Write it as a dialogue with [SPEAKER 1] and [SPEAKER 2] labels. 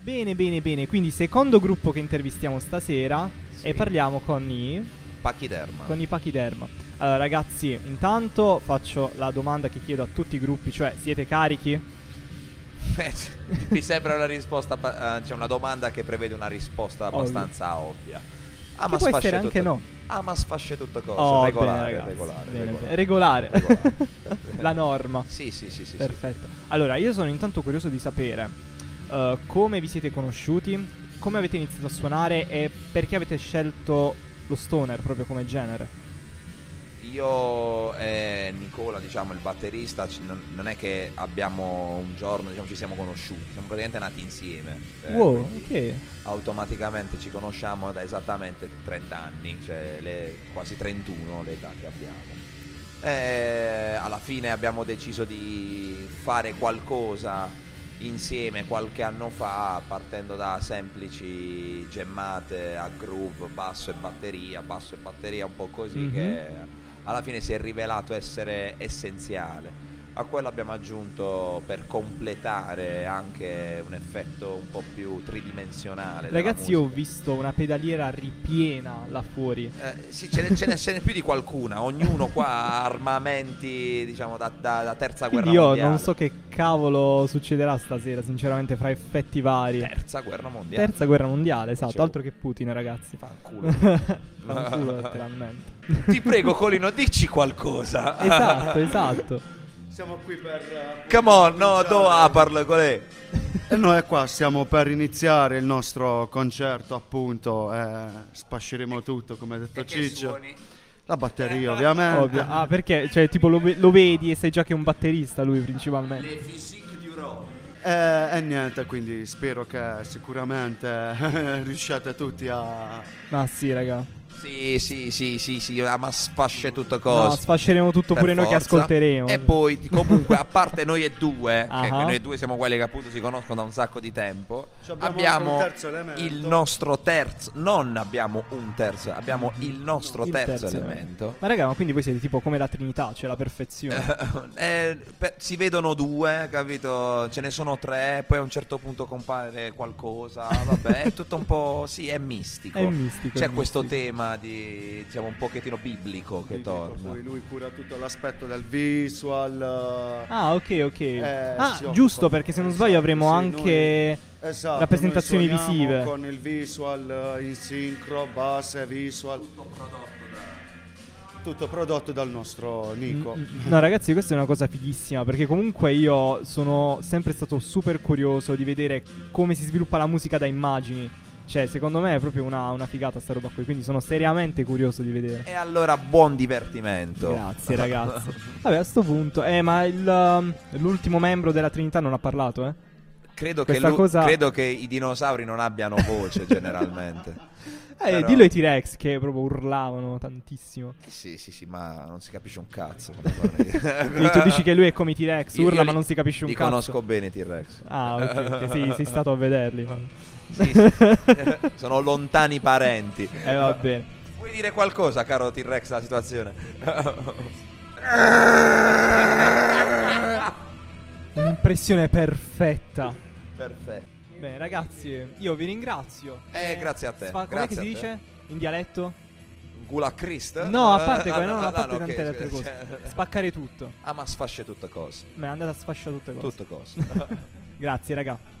[SPEAKER 1] Bene, bene, bene. Quindi secondo gruppo che intervistiamo stasera
[SPEAKER 2] Sì.
[SPEAKER 1] e parliamo con i,
[SPEAKER 2] Pachiderma.
[SPEAKER 1] con i pachiderma. Allora ragazzi, intanto faccio la domanda che chiedo a tutti i gruppi, cioè siete carichi?
[SPEAKER 2] Mi sembra una risposta, pa- eh, cioè una domanda che prevede una risposta
[SPEAKER 1] Ovvio.
[SPEAKER 2] abbastanza ovvia. Ah,
[SPEAKER 1] Che può
[SPEAKER 2] sfasce
[SPEAKER 1] essere anche
[SPEAKER 2] tutte-
[SPEAKER 1] no.
[SPEAKER 2] Ah, ma sfasce tutto cosa.
[SPEAKER 1] Oh, bene,
[SPEAKER 2] cioè, regolare,
[SPEAKER 1] ragazzi.
[SPEAKER 2] regolare,
[SPEAKER 1] Bene, bene.
[SPEAKER 2] regolare.
[SPEAKER 1] Regolare.
[SPEAKER 2] Regolare.
[SPEAKER 1] La norma.
[SPEAKER 2] Sì, sì, sì, sì. sì.
[SPEAKER 1] Perfetto. Allora, io sono intanto curioso di sapere eh, come vi siete conosciuti, come avete iniziato a suonare e perché avete scelto lo stoner proprio come genere.
[SPEAKER 2] Io e Nicola, diciamo, il batterista, ci- non, non è che abbiamo un giorno, diciamo, ci siamo conosciuti, siamo praticamente nati insieme. eh,
[SPEAKER 1] wow,
[SPEAKER 2] quindi
[SPEAKER 1] ok.
[SPEAKER 2] Automaticamente ci conosciamo da esattamente 30 anni, cioè le- quasi 31 l'età che abbiamo. E alla fine abbiamo deciso di fare qualcosa insieme qualche anno fa, partendo da semplici gemmate a groove, basso e batteria, basso e batteria, un po' così,
[SPEAKER 1] Mhm.
[SPEAKER 2] che alla fine si è rivelato essere essenziale. A quello abbiamo aggiunto per completare anche un effetto un po' più tridimensionale. della
[SPEAKER 1] Ragazzi, io ho
[SPEAKER 2] musica.
[SPEAKER 1] visto una pedaliera ripiena là fuori.
[SPEAKER 2] Eh, sì, ce ne, ce ne- ce n'è più di qualcuna, ognuno qua ha armamenti diciamo da, da- da terza guerra
[SPEAKER 1] Quindi io
[SPEAKER 2] mondiale.
[SPEAKER 1] non so che cavolo succederà stasera, sinceramente, fra effetti vari.
[SPEAKER 2] Terza guerra mondiale.
[SPEAKER 1] Terza guerra mondiale, esatto,
[SPEAKER 2] Facevo-
[SPEAKER 1] altro che Putin, ragazzi.
[SPEAKER 2] Fanculo.
[SPEAKER 1] Fanculo, letteralmente.
[SPEAKER 2] Ti prego Colino, dici qualcosa.
[SPEAKER 1] Esatto, esatto.
[SPEAKER 3] Siamo qui per... eh,
[SPEAKER 2] Come on, no,
[SPEAKER 3] cominciare.
[SPEAKER 2] do a parlo con lei.
[SPEAKER 3] E noi qua stiamo per iniziare il nostro concerto, appunto, eh, spasceremo tutto, come ha detto Ciccio. La batteria, ovviamente.
[SPEAKER 1] Ovvio. Ah, perché? Cioè, tipo, lo, ve- lo vedi e sai già che è un batterista lui, principalmente.
[SPEAKER 2] physique du rock.
[SPEAKER 3] Eh, E, e niente, quindi spero che sicuramente riusciate tutti a...
[SPEAKER 1] Ma sì, raga.
[SPEAKER 2] Sì, sì, sì, sì, sì, ah, ma sfasce tutto
[SPEAKER 1] No,
[SPEAKER 2] cosa.
[SPEAKER 1] sfasceremo tutto
[SPEAKER 2] Per
[SPEAKER 1] pure noi che
[SPEAKER 2] forza.
[SPEAKER 1] ascolteremo.
[SPEAKER 2] E poi, di- comunque, a parte noi e due, che
[SPEAKER 1] Ah.
[SPEAKER 2] noi e due siamo quelli che appunto si conoscono da un sacco di tempo,
[SPEAKER 3] Ci abbiamo
[SPEAKER 2] abbiamo,
[SPEAKER 3] anche un terzo elemento.
[SPEAKER 2] il nostro terzo, non abbiamo un terzo, abbiamo il nostro
[SPEAKER 1] Il
[SPEAKER 2] terzo, elemento.
[SPEAKER 1] Ma raga, ma quindi voi siete tipo come la Trinità, cioè la perfezione.
[SPEAKER 2] Eh, per- si vedono due, capito? Ce ne sono tre, poi a un certo punto compare qualcosa, vabbè, è tutto un po', sì, è mistico.
[SPEAKER 1] È mistico.
[SPEAKER 2] C'è
[SPEAKER 1] è
[SPEAKER 2] questo
[SPEAKER 1] mistico.
[SPEAKER 2] tema di, diciamo, un pochettino biblico che torna.
[SPEAKER 3] Poi lui cura tutto l'aspetto del visual.
[SPEAKER 1] Ah, ok, ok.
[SPEAKER 3] Eh,
[SPEAKER 1] ah,
[SPEAKER 3] si
[SPEAKER 1] giusto,
[SPEAKER 3] occupa.
[SPEAKER 1] perché se non sbaglio avremo
[SPEAKER 3] Sì,
[SPEAKER 1] anche...
[SPEAKER 3] noi- esatto,
[SPEAKER 1] rappresentazioni
[SPEAKER 3] noi suoniamo
[SPEAKER 1] visive.
[SPEAKER 3] Con il visual, eh, in sincro, base, visual. Tutto prodotto, dal nostro Nico.
[SPEAKER 1] Mm, No, ragazzi, questa è una cosa fighissima perché comunque io sono sempre stato super curioso di vedere come si sviluppa la musica da immagini. Cioè, secondo me è proprio una, una figata sta roba qui, quindi sono seriamente curioso di vedere.
[SPEAKER 2] E allora buon divertimento.
[SPEAKER 1] Grazie, ragazzi. Vabbè, a sto punto, eh, ma il, um, l'ultimo membro della Trinità non ha parlato, eh?
[SPEAKER 2] credo, che
[SPEAKER 1] Questa
[SPEAKER 2] lu-
[SPEAKER 1] cosa-
[SPEAKER 2] credo che i dinosauri non abbiano voce generalmente.
[SPEAKER 1] Eh,
[SPEAKER 2] Però-
[SPEAKER 1] dillo ai T-Rex che proprio urlavano tantissimo.
[SPEAKER 2] Sì, sì, sì, ma non si capisce un cazzo.
[SPEAKER 1] Quindi tu dici che lui è come i T-Rex, urla ma non si capisce un
[SPEAKER 2] Li
[SPEAKER 1] cazzo.
[SPEAKER 2] conosco bene i T-Rex.
[SPEAKER 1] Ah, ok, ok, sì, sei stato a vederli.
[SPEAKER 2] Sì, sì. Sono lontani parenti.
[SPEAKER 1] Eh, va bene.
[SPEAKER 2] Vuoi dire qualcosa, caro T-Rex, della situazione?
[SPEAKER 1] Impressione perfetta.
[SPEAKER 2] Perfetto.
[SPEAKER 1] Bene, ragazzi, io vi ringrazio.
[SPEAKER 2] Eh, grazie a te.
[SPEAKER 1] Sfa- com'è che
[SPEAKER 2] grazie
[SPEAKER 1] si
[SPEAKER 2] a te.
[SPEAKER 1] dice in dialetto?
[SPEAKER 2] Gula Christ?
[SPEAKER 1] No, a parte quello, non
[SPEAKER 2] Eh, Ah, no,
[SPEAKER 1] a parte
[SPEAKER 2] no,
[SPEAKER 1] tante
[SPEAKER 2] ok,
[SPEAKER 1] altre
[SPEAKER 2] scusa,
[SPEAKER 1] cose.
[SPEAKER 2] cioè-
[SPEAKER 1] Spaccare tutto.
[SPEAKER 2] Ah, ma sfasce tutto cosa.
[SPEAKER 1] Me andate a sfasciare tutte cose.
[SPEAKER 2] Tutto cosa.
[SPEAKER 1] Grazie, raga.